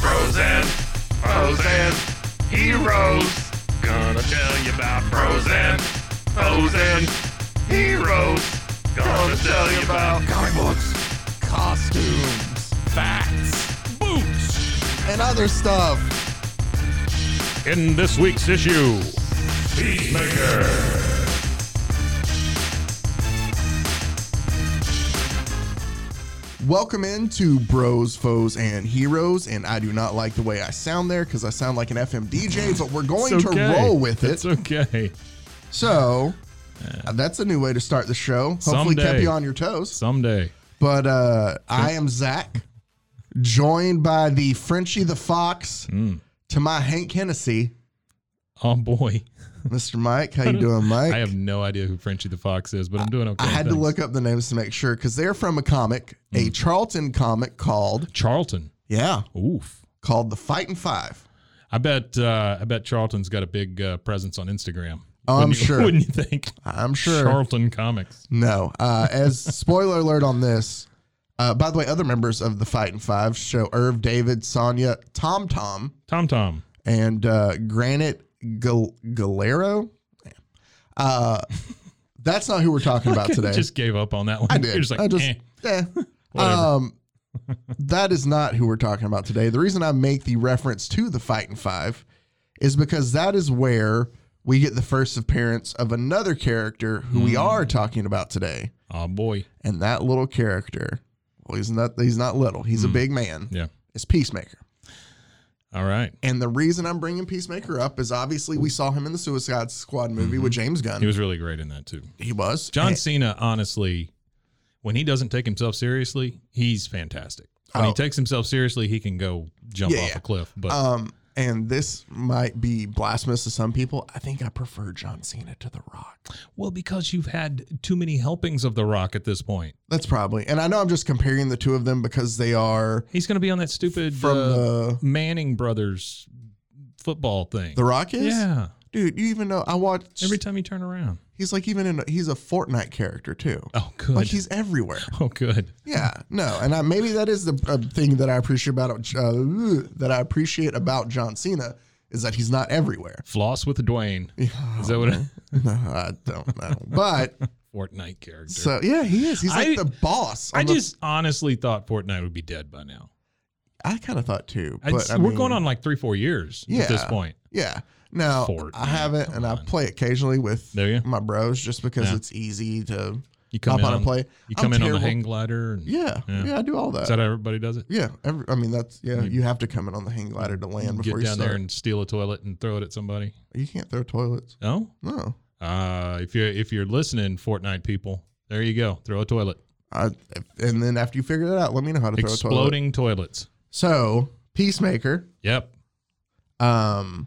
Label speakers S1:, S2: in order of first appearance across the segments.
S1: Frozen, frozen, heroes. Gonna tell you about frozen, frozen, heroes. Gonna tell you about
S2: comic books, costumes,
S1: facts
S2: boots, and other stuff.
S3: In this week's issue,
S1: Peacemaker.
S2: Welcome in to Bros, Foes, and Heroes. And I do not like the way I sound there because I sound like an FM DJ, but we're going
S3: It's
S2: to
S3: okay.
S2: roll with it.
S3: It's okay.
S2: so uh, that's a new way to start the show. Hopefully, kept
S3: Someday.
S2: you on your toes.
S3: Someday.
S2: But uh, I am Zach, joined by the Frenchie the Fox
S3: Mm.
S2: to my Hank Hennessy.
S3: Oh boy.
S2: Mr. Mike, how you doing, Mike?
S3: I have no idea who Frenchie the Fox is, but I'm doing okay.
S2: I had to
S3: thanks.
S2: look up the names to make sure because they're from a comic,
S3: Mm.
S2: a Charlton comic called
S3: Charlton.
S2: yeah,
S3: Oof.
S2: called the Fightin' Five.
S3: I bet uh, I bet Charlton's got a big uh, presence on Instagram.
S2: Oh, I'm
S3: Wouldn't you-
S2: sure.
S3: Wouldn't you think?
S2: I'm sure.
S3: Charlton Comics.
S2: No. Uh, as spoiler alert on this, uh, by the way, other members of the Fightin' Five show Irv, David, Sonia, Tom Tom,
S3: Tom Tom.
S2: and uh, Granite Gal- Galero. Uh, that's not who we're talking about today.
S3: just gave up on that one.
S2: I did.
S3: You're just like,
S2: I just,
S3: eh.
S2: eh.
S3: whatever.
S2: um, that is not who we're talking about today. The reason I make the reference to the Fightin' Five is because that is where we get the first appearance of another character who
S3: Hmm.
S2: we are talking about today.
S3: Oh boy.
S2: And that little character, well, he's not he's not little. He's a big man.
S3: Hmm. Yeah.
S2: It's Peacemaker.
S3: All right.
S2: And the reason I'm bringing Peacemaker up is obviously we saw him in the Suicide Squad movie with James Gunn.
S3: Mm-hmm. He was really great in that too.
S2: He was.
S3: John
S2: And-
S3: Cena, honestly, when he doesn't take himself seriously, he's fantastic. When
S2: Oh.
S3: he takes himself seriously, he can go jump
S2: Yeah,
S3: off
S2: yeah.
S3: a cliff. But
S2: Um, and this might be blasphemous to some people. I think I prefer John Cena to The Rock.
S3: well, because you've had too many helpings of The Rock at this point,
S2: That's probably. And I know I'm just comparing the two of them because they are
S3: he's going to be on that stupid
S2: From
S3: uh,
S2: the-
S3: Manning brothers football thing.
S2: The Rock is.
S3: yeah,
S2: Dude, you even know I watched.
S3: every time you turn around.
S2: he's like even in. He's a Fortnite character too.
S3: Oh, good.
S2: Like he's everywhere.
S3: oh, good.
S2: Yeah, no, and I, maybe that is the uh, thing that I appreciate about uh, that I appreciate about John Cena is that he's not everywhere. Oh,
S3: Floss with Dwayne. Is that what? A
S2: No, I don't know, but
S3: Fortnite character.
S2: so yeah, he is. He's like
S3: I-
S2: the boss.
S3: I
S2: on the-
S3: just honestly thought Fortnite would be dead by now.
S2: I kind of thought too,
S3: I
S2: but
S3: just-
S2: I
S3: we're
S2: mean-
S3: going on like three, four years at this
S2: Yeah.
S3: point.
S2: Yeah. Now
S3: Fortnite,
S2: I haven't,
S3: come
S2: and I
S3: on.
S2: play occasionally with
S3: Do you?
S2: my bros just because
S3: Yeah.
S2: it's easy to
S3: You come
S2: hop
S3: in
S2: on and play.
S3: You
S2: I'm
S3: come in on
S2: terrible-
S3: the hang glider. And,
S2: Yeah, yeah,
S3: Yeah.
S2: I do all that.
S3: Is that how everybody does it?
S2: yeah, every, I mean that's yeah.
S3: You-
S2: You have to come in on the hang glider to land
S3: Get
S2: before
S3: down
S2: you start.
S3: there and steal a toilet and throw it at somebody.
S2: you can't throw toilets.
S3: No.
S2: No,
S3: Uh, if you're if you're listening, Fortnite people, there you go. Throw a toilet.
S2: I, and then after you figure that out, let me know how to throw a toilet.
S3: Exploding toilets.
S2: So Peacemaker
S3: Yep.
S2: um,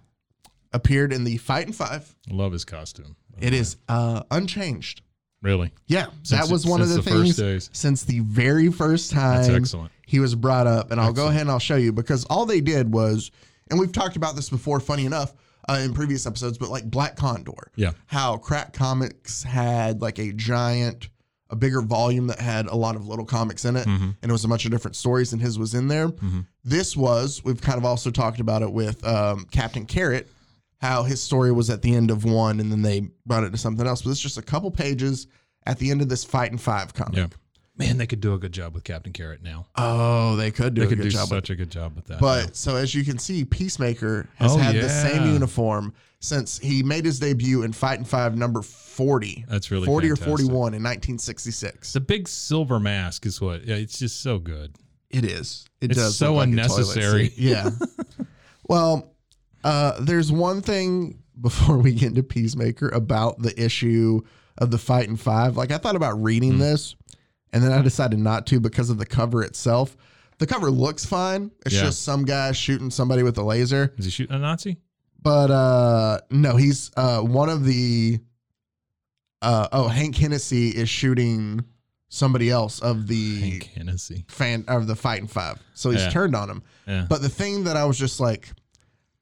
S2: appeared in the Fight and Five.
S3: Love his costume.
S2: It is uh, unchanged.
S3: Really.
S2: Yeah,
S3: Since-
S2: that was one of the,
S3: since the
S2: things
S3: first days.
S2: since the very first time.
S3: That's excellent.
S2: He was brought up, and I'll go ahead and I'll show you because all they did was, and we've talked about this before. Funny enough, uh, in previous episodes, but like Black Condor,
S3: Yeah.
S2: how Crack Comics had like a giant, a bigger volume that had a lot of little comics in it,
S3: Mm-hmm.
S2: and it was a bunch of different stories, and his was in there. This was we've kind of also talked about it with um, Captain Carrot. How his story was at the end of one, and then they brought it to something else. But it's just a couple pages at the end of this Fight and Five comic.
S3: Yeah. Man, they could do a good job with Captain Carrot now.
S2: Oh, they could do
S3: they
S2: a
S3: could
S2: good
S3: do
S2: job. with-
S3: such a good job with that.
S2: But so as you can see, Peacemaker has
S3: Oh,
S2: had the
S3: yeah.
S2: same uniform since he made his debut in Fight and Five number 40.
S3: That's really
S2: 40
S3: fantastic.
S2: or 41 in 1966.
S3: the big silver mask is what. Yeah, it's just so good.
S2: It is. It
S3: It's
S2: does.
S3: so
S2: look like a toilet
S3: unnecessary.
S2: seat. Yeah. well, uh, there's one thing before we get into Peacemaker about the issue of the Fight and Five. Like I thought about
S3: Hmm.
S2: reading this, and then I decided not to because of the cover itself. The cover looks fine. It's
S3: Yeah.
S2: just some guy shooting somebody with a laser.
S3: Is he shooting a Nazi?
S2: But uh no, he's uh one of the uh oh Hank Hennessy is shooting somebody else of the
S3: Hank Hennessy.
S2: fan of the Fight and Five. So he's
S3: Yeah.
S2: turned on him.
S3: Yeah.
S2: But the thing that I was just like,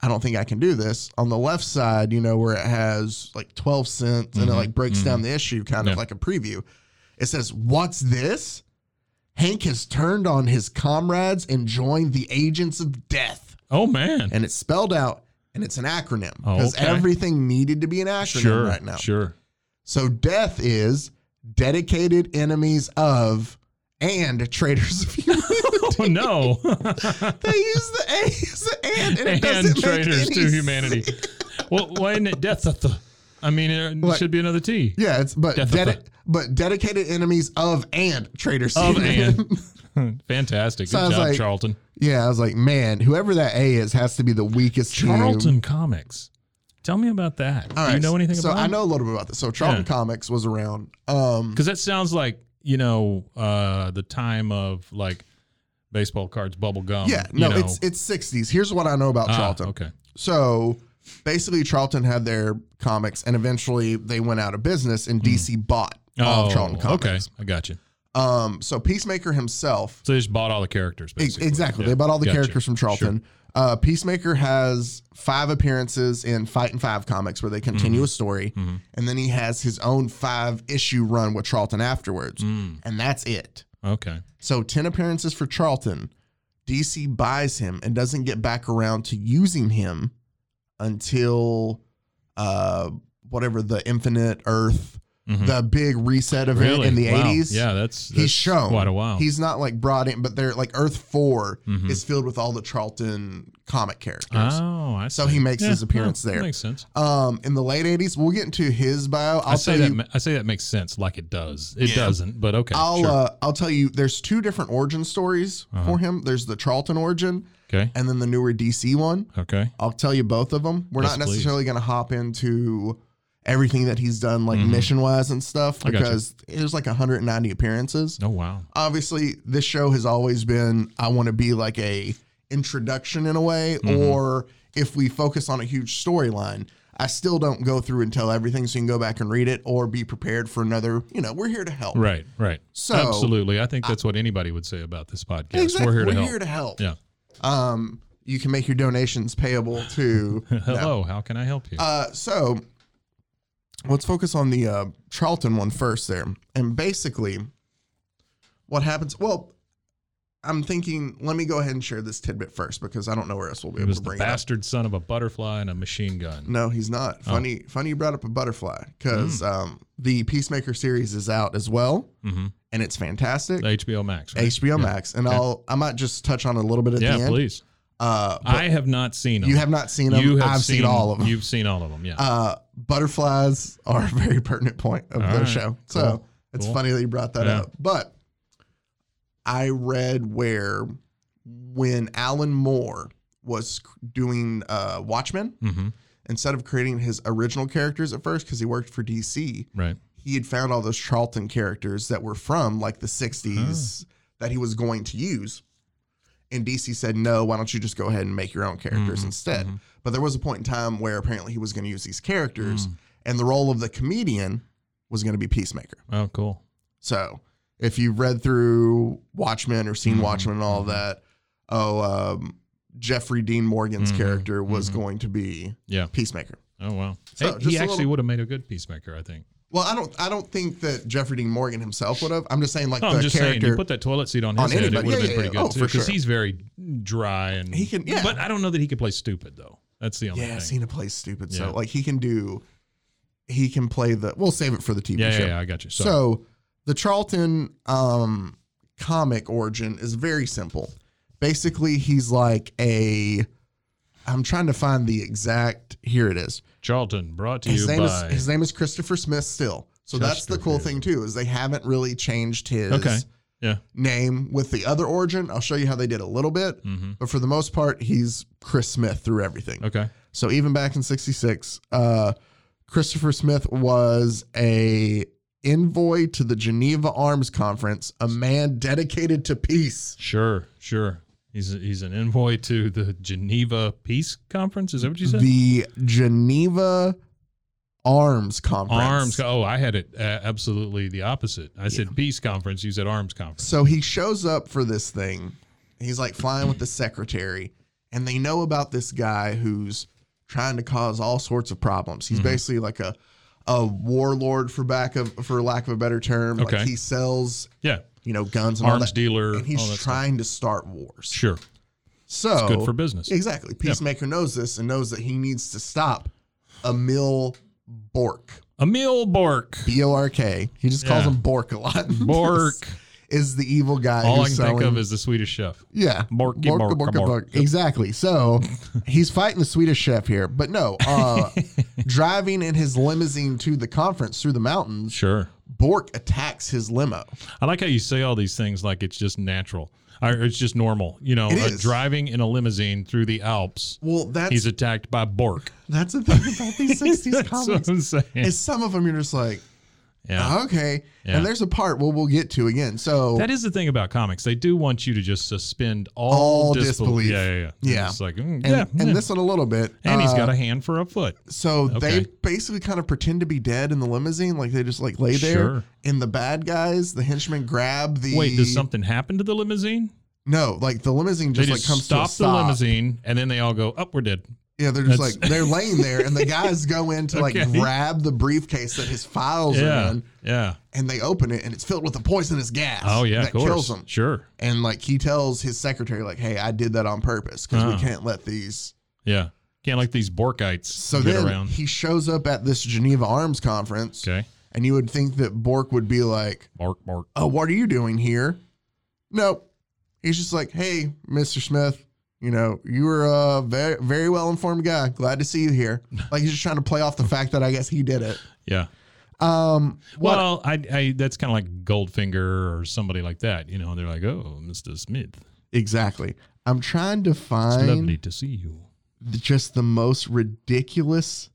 S2: I don't think I can do this. On the left side, you know, where it has like 12 cents and it
S3: Mhm,
S2: like breaks
S3: mhm.
S2: down the issue, kind
S3: Yeah.
S2: of like a preview. It says, What's this? Hank has turned on his comrades and joined the Agents of Death.
S3: oh man.
S2: And it's spelled out and it's an acronym
S3: Oh,
S2: because
S3: okay.
S2: everything needed to be an acronym
S3: Sure.
S2: right now.
S3: Sure.
S2: So death is dedicated enemies of and traitors of humanity.
S3: Oh no.
S2: They use the A as the and, and it
S3: and
S2: doesn't
S3: traitors
S2: make
S3: to
S2: any
S3: humanity.
S2: sense.
S3: well, why isn't it death? at the- I mean, it
S2: What?
S3: should be another T.
S2: Yeah, it's but
S3: Death of
S2: dedi-
S3: the-
S2: but dedicated enemies of and traitors to
S3: Of
S2: humanity.
S3: and. Fantastic.
S2: So I
S3: Good
S2: was
S3: job,
S2: like-
S3: Charlton.
S2: Yeah, I was like, man, whoever that A is has to be the weakest. team.
S3: Charlton Comics. Tell me about that.
S2: All
S3: Do you
S2: right,
S3: know anything
S2: so
S3: about
S2: I know a little bit about this. So Charlton
S3: Yeah.
S2: Comics was around. Um,
S3: Because that sounds like, you know, uh, the time of like baseball cards, bubble gum.
S2: yeah,
S3: Um, you
S2: no,
S3: know.
S2: it's it's sixties. Here's what I know about
S3: Ah,
S2: Charlton.
S3: Okay.
S2: So basically, Charlton had their comics, and eventually they went out of business, and DC bought all
S3: Oh,
S2: of Charlton
S3: okay.
S2: Comics.
S3: I got you.
S2: Um, so Peacemaker himself,
S3: So they just bought all the characters.
S2: e-
S3: Basically.
S2: exactly,
S3: Yeah,
S2: they bought all the
S3: gotcha.
S2: characters from Charlton. Uh, Peacemaker has five appearances in Fight and Five comics where they continue a story,
S3: Mhm.
S2: and then he has his own five issue run with Charlton afterwards,
S3: Mm,
S2: and that's it.
S3: okay.
S2: So 10 appearances for Charlton. DC buys him and doesn't get back around to using him until uh whatever the infinite earth
S3: Mhm.
S2: the big reset event
S3: Really?
S2: in the
S3: Wow.
S2: 80s.
S3: Yeah, that's, that's
S2: He's shown
S3: quite a while.
S2: He's not like brought in, but they're like Earth 4
S3: Mhm.
S2: is filled with all the Charlton comic characters.
S3: Oh, I
S2: So
S3: see.
S2: he makes his
S3: no,
S2: appearance there.
S3: Makes sense.
S2: Um, in the late 80s, we'll get into his bio. I'll
S3: i Ah. say
S2: tell
S3: that.
S2: you,
S3: ma- I say that makes sense. Like it does. It
S2: Yeah.
S3: doesn't. But okay.
S2: I'll
S3: sure.
S2: uh, I'll tell you. There's two different origin stories
S3: Uh-huh.
S2: for him. There's the Charlton origin,
S3: okay.
S2: and then the newer DC one.
S3: Okay.
S2: I'll tell you both of them. We're
S3: Yes,
S2: not
S3: please.
S2: necessarily going to hop into everything that he's done, like
S3: Mhm.
S2: mission wise and stuff,
S3: I gotcha.
S2: because there's like 190 appearances.
S3: Oh wow.
S2: Obviously, this show has always been I want to be like a introduction in a way,
S3: Mm-hmm.
S2: or if we focus on a huge storyline. I still don't go through and tell everything, so you can go back and read it or be prepared for another. You know, we're here to help.
S3: Right. Right.
S2: So-
S3: absolutely. I think that's what anybody would say about this podcast.
S2: Exactly.
S3: We're here to help.
S2: Yeah.
S3: yeah.
S2: Um, you can make your donations payable to. No.
S3: Hello. How can I help you?
S2: Uh, so let's focus on the uh, Charlton one first there. And basically, what happens? Well, I'm thinking, let me go ahead and share this tidbit first because I don't know where else we'll be
S3: it
S2: able
S3: was
S2: to
S3: the
S2: bring it up.
S3: bastard Oh. son of a butterfly and a machine gun.
S2: No, he's not. Funny, funny you brought up a butterfly
S3: Hmm.
S2: because um, the Peacemaker series is out as well,
S3: Mm-hmm.
S2: and it's fantastic.
S3: The HBO Max. right?
S2: HBO
S3: Yeah.
S2: Max, and
S3: Yeah.
S2: I'll I might just touch on it a little bit at
S3: Yeah,
S2: the end.
S3: please.
S2: Uh, but-
S3: I have not seen them.
S2: You have not seen them.
S3: You have
S2: I've seen, all of them.
S3: You've seen all of them. Yeah.
S2: Uh, butterflies are a very pertinent point of
S3: All
S2: the
S3: right,
S2: show. So
S3: cool,
S2: it's
S3: cool.
S2: funny that you brought that
S3: Yeah.
S2: up. But I read where when Alan Moore was c- doing uh, Watchmen,
S3: mm-hmm.
S2: instead of creating his original characters at first, because he worked for DC,
S3: Right.
S2: he had found all those Charlton characters that were from like the 60s that he was going to use. And DC said, no, why don't you just go ahead and make your own characters instead? But there was a point in time where apparently he was going to use these characters, and the role of the comedian was going to be Peacemaker.
S3: Oh, cool.
S2: So if you've read through Watchmen or seen Watchmen and all that, oh, um, Jeffrey Dean Morgan's
S3: Mhm.
S2: character was going to be
S3: Yeah.
S2: Peacemaker.
S3: Oh wow.
S2: So,
S3: Hey,
S2: just
S3: he
S2: a
S3: actually
S2: little-
S3: would have made a good peacemaker, I think.
S2: Well, I don't, I don't think that Jeffrey Dean Morgan himself would have. I'm just saying, like
S3: No,
S2: the
S3: I'm just saying,
S2: character.
S3: you put that toilet seat on his
S2: On
S3: head,
S2: anybody.
S3: it would
S2: Yeah,
S3: have
S2: yeah,
S3: been pretty
S2: yeah.
S3: good
S2: Oh,
S3: too,
S2: for
S3: because
S2: sure.
S3: he's very dry and
S2: He can- yeah.
S3: But I don't know that he can play stupid though. That's the only
S2: Yeah,
S3: thing.
S2: Cena plays stupid. So
S3: Yeah.
S2: like he can do, he can play the. We'll save it for the TV
S3: yeah,
S2: show.
S3: yeah, yeah, I got you.
S2: So,
S3: So,
S2: The Charlton um, comic origin is very simple. Basically, he's like a. I'm trying to find the exact. Here it is.
S3: Charlton brought to
S2: His
S3: you
S2: name
S3: by.
S2: is his name is Christopher Smith. Still, so that's the cool thing
S3: Chesterfield.
S2: too is they haven't really changed his
S3: okay. Yeah.
S2: name with the other origin. I'll show you how they did a little bit,
S3: Mm-hmm.
S2: but for the most part, he's Chris Smith through everything.
S3: Okay.
S2: So even back in '66, uh, Christopher Smith was a envoy to the Geneva Arms Conference, a man dedicated to peace.
S3: Sure. Sure. He's he's an envoy to the Geneva Peace Conference. Is that what you said?
S2: The Geneva Arms Conference.
S3: Arms. co- Oh, I had it uh, absolutely the opposite. I said peace conference. You said arms conference.
S2: So he shows up for this thing. He's like flying with the secretary, and they know about this guy who's trying to cause all sorts of problems.
S3: Mm-hmm.
S2: He's basically like a a warlord for back of for lack of a better term.
S3: Okay.
S2: Like he sells,
S3: Yeah.
S2: you know, guns and all
S3: Arms
S2: that.
S3: dealer.
S2: and
S3: all that
S2: he's
S3: stuff.
S2: trying to start wars.
S3: Sure.
S2: So
S3: Good for business.
S2: Exactly. Peacemaker knows this and knows that he needs to stop Emil Bork.
S3: Emil Bork.
S2: B O R K. He just calls
S3: Yeah.
S2: him Bork a lot.
S3: Bork.
S2: is the evil guy.
S3: All I
S2: who's
S3: can
S2: selling,
S3: think of is the Swedish chef.
S2: yeah.
S3: Borky,
S2: Borka,
S3: borka,
S2: borka,
S3: bork.
S2: bork. Exactly. So he's fighting the Swedish chef here, but no, uh, driving in his limousine to the conference through the mountains,
S3: Sure.
S2: Bork attacks his limo.
S3: I like how you say all these things like it's just natural. Or it's just normal. You know,
S2: It
S3: uh,
S2: is.
S3: driving in a limousine through the Alps.
S2: Well, that's
S3: He's attacked by Bork.
S2: that's the thing about these 60s
S3: That's what
S2: comics.
S3: I'm saying.
S2: Is some of them you're just like, "Ah,
S3: yeah.
S2: okay.
S3: Yeah.
S2: And there's a part where we'll get to again. So
S3: That is the thing about comics. They do want you to just suspend all,
S2: All
S3: disbel-
S2: disbelief.
S3: Yeah, yeah, yeah.
S2: Yeah.
S3: It's like, mm,
S2: and,
S3: yeah.
S2: and
S3: yeah.
S2: this one a little bit.
S3: and he's
S2: uh,
S3: got a hand for a foot.
S2: So they
S3: Okay.
S2: basically kind of pretend to be dead in the limousine, like they just like lay there.
S3: Sure.
S2: And the bad guys, the henchmen, grab the
S3: Wait, does something happen to the limousine?
S2: No, like the limousine
S3: They
S2: just,
S3: just,
S2: like comes to a
S3: stop the
S2: stop.
S3: limousine and then they all go, up, we're dead.
S2: Yeah, they're just
S3: That's-
S2: like they're laying there, and the guys go in to like
S3: Okay.
S2: grab the briefcase that his files are
S3: Yeah.
S2: in,
S3: Yeah.
S2: and they open it, and it's filled with a poisonous gas.
S3: Oh, yeah,
S2: that
S3: of course.
S2: kills him.
S3: Sure.
S2: And like he tells his secretary, like, "Hey, I did that on purpose because we
S3: Oh.
S2: can't let these."
S3: Yeah. Can't like these Borkites
S2: So
S3: get
S2: then
S3: around.
S2: he shows up at this Geneva Arms conference,
S3: Okay.
S2: and you would think that Bork would be like,
S3: Bork, Bork.
S2: oh, what are you doing here? No, He's just like, hey, Mr. Smith, you know, you're a very, very well informed guy. Glad to see you here. Like, he's just trying to play off the fact that I guess he did it.
S3: Yeah.
S2: Um, what?
S3: Well, I, I that's kind of like Goldfinger or somebody like that. You know, they're like, oh, Mr. Smith,
S2: exactly. I'm trying to
S3: it's lovely
S2: find
S3: to see you.
S2: th- just the most ridiculous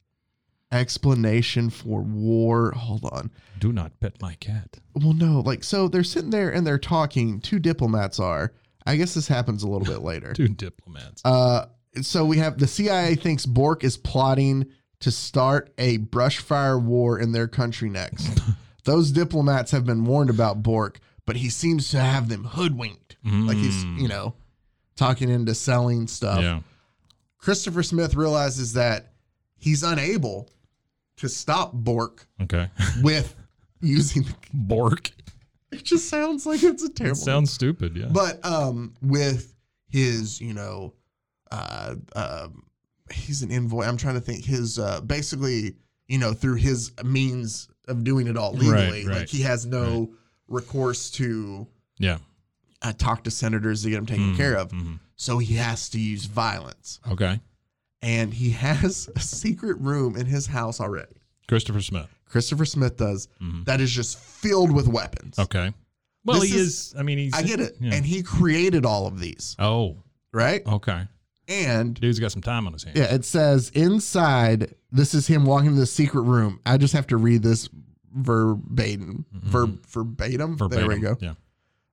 S2: explanation for war. Hold on.
S3: Do not pet my cat.
S2: Well, no, like, so they're sitting there and they're talking. Two diplomats are. I guess this happens a little bit later.
S3: Two diplomats.
S2: Uh, so we have the CIA thinks Bork is plotting to start a brush fire war in their country next. Those diplomats have been warned about Bork, but he seems to have them hoodwinked. Like he's, you know, talking into selling stuff.
S3: Mm. yeah.
S2: Christopher Smith realizes that he's unable to stop Bork
S3: Okay.
S2: with using the,
S3: Bork.
S2: it just sounds like it's a terrible
S3: It sounds stupid. Yeah.
S2: but um, with his, you know, uh, um, he's an envoy. I'm trying to think. His uh, basically, you know, through his means of doing it all legally,
S3: Right, right,
S2: like he has no recourse to
S3: yeah. Mm-hmm.
S2: uh, talk to senators to get him
S3: Hmm,
S2: taken care of. So he has to use violence,
S3: Okay.
S2: and he has a secret room in his house already.
S3: Christopher Smith. Mm-hmm.
S2: Christopher Smith does that is just filled with weapons.
S3: Hmm. Okay. Well,
S2: This
S3: he
S2: is-
S3: is, I mean, he's.
S2: I get it,
S3: yeah.
S2: and he created all of these,
S3: oh,
S2: right?
S3: okay.
S2: And
S3: Dude's got some time on his hands.
S2: Yeah, it says inside. This is him walking to the secret room. I just have to read this verbatim. Verb, verbatim?
S3: Mm-hmm. Verbatim.
S2: There we go.
S3: Yeah.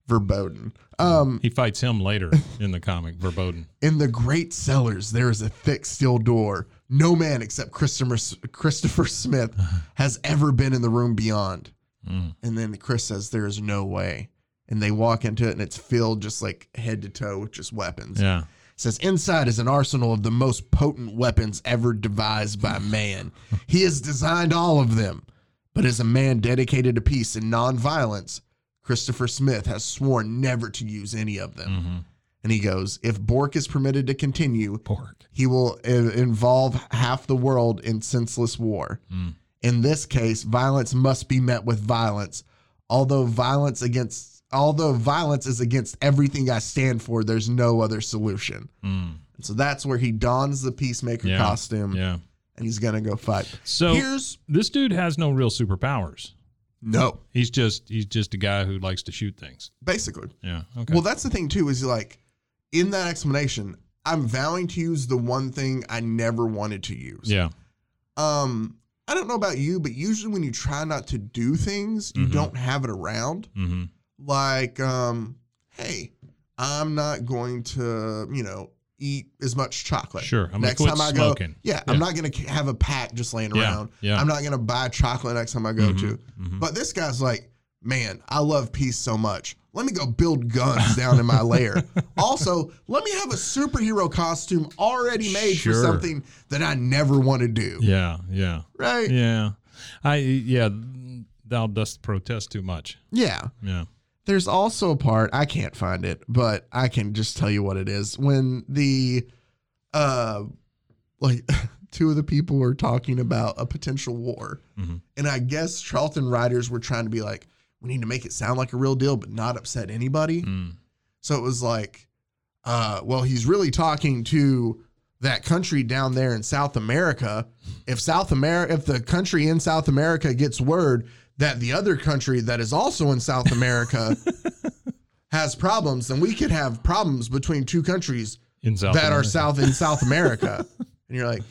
S2: Verboten. Um,
S3: He fights him later in the comic, verboten.
S2: in the great cellars, there is a thick steel door. No man except Christopher Christopher Smith has ever been in the room beyond.
S3: Mm.
S2: And then Chris says, "There is no way." And they walk into it, and it's filled just like head to toe with just weapons.
S3: Yeah.
S2: says inside is an arsenal of the most potent weapons ever devised by man. He has designed all of them, but as a man dedicated to peace and nonviolence, Christopher Smith has sworn never to use any of them. And he goes, if Bork is permitted to continue,
S3: Bork.
S2: he will i- involve half the world in senseless war. In this case, violence must be met with violence. Although violence against although violence is against everything I stand for, there's no other solution.
S3: Mm.
S2: And so that's where he dons the peacemaker
S3: Yeah.
S2: costume
S3: Yeah.
S2: and he's gonna go fight.
S3: So
S2: Here's
S3: this dude has no real superpowers.
S2: no,
S3: He's just he's just a guy who likes to shoot things.
S2: basically.
S3: Yeah. Okay.
S2: Well, that's the thing too is like in that explanation, I'm vowing to use the one thing I never wanted to use.
S3: yeah.
S2: Um, I don't know about you, but usually when you try not to do things, you
S3: Mhm.
S2: don't have it around.
S3: hmm
S2: Like, um, hey, I'm not going to, you know, eat as much chocolate.
S3: Sure. I'm gonna quit smoking.
S2: go, yeah,
S3: Yeah.
S2: I'm not going to have a pack just laying
S3: Yeah,
S2: around.
S3: yeah.
S2: I'm not going to buy chocolate next time I go to.
S3: mhm.
S2: But this guy's like, man, I love peace so much. Let me go build guns down in my lair. Also, let me have a superhero costume already made
S3: Sure.
S2: for something that I never want to do.
S3: Yeah. Yeah.
S2: Right?
S3: Yeah. I yeah. Thou dost protest too much.
S2: yeah.
S3: Yeah.
S2: There's also a part I can't find it, but I can just tell you what it is. When the uh like two of the people were talking about a potential war.
S3: Mhm.
S2: And I guess Charlton writers were trying to be like, we need to make it sound like a real deal, but not upset anybody.
S3: Mm.
S2: So it was like, uh, well, he's really talking to that country down there in South America. If South America, if the country in South America gets word that the other country that is also in South America has problems, then we could have problems between two countries
S3: In South
S2: that are
S3: America.
S2: South in South America. and you're like,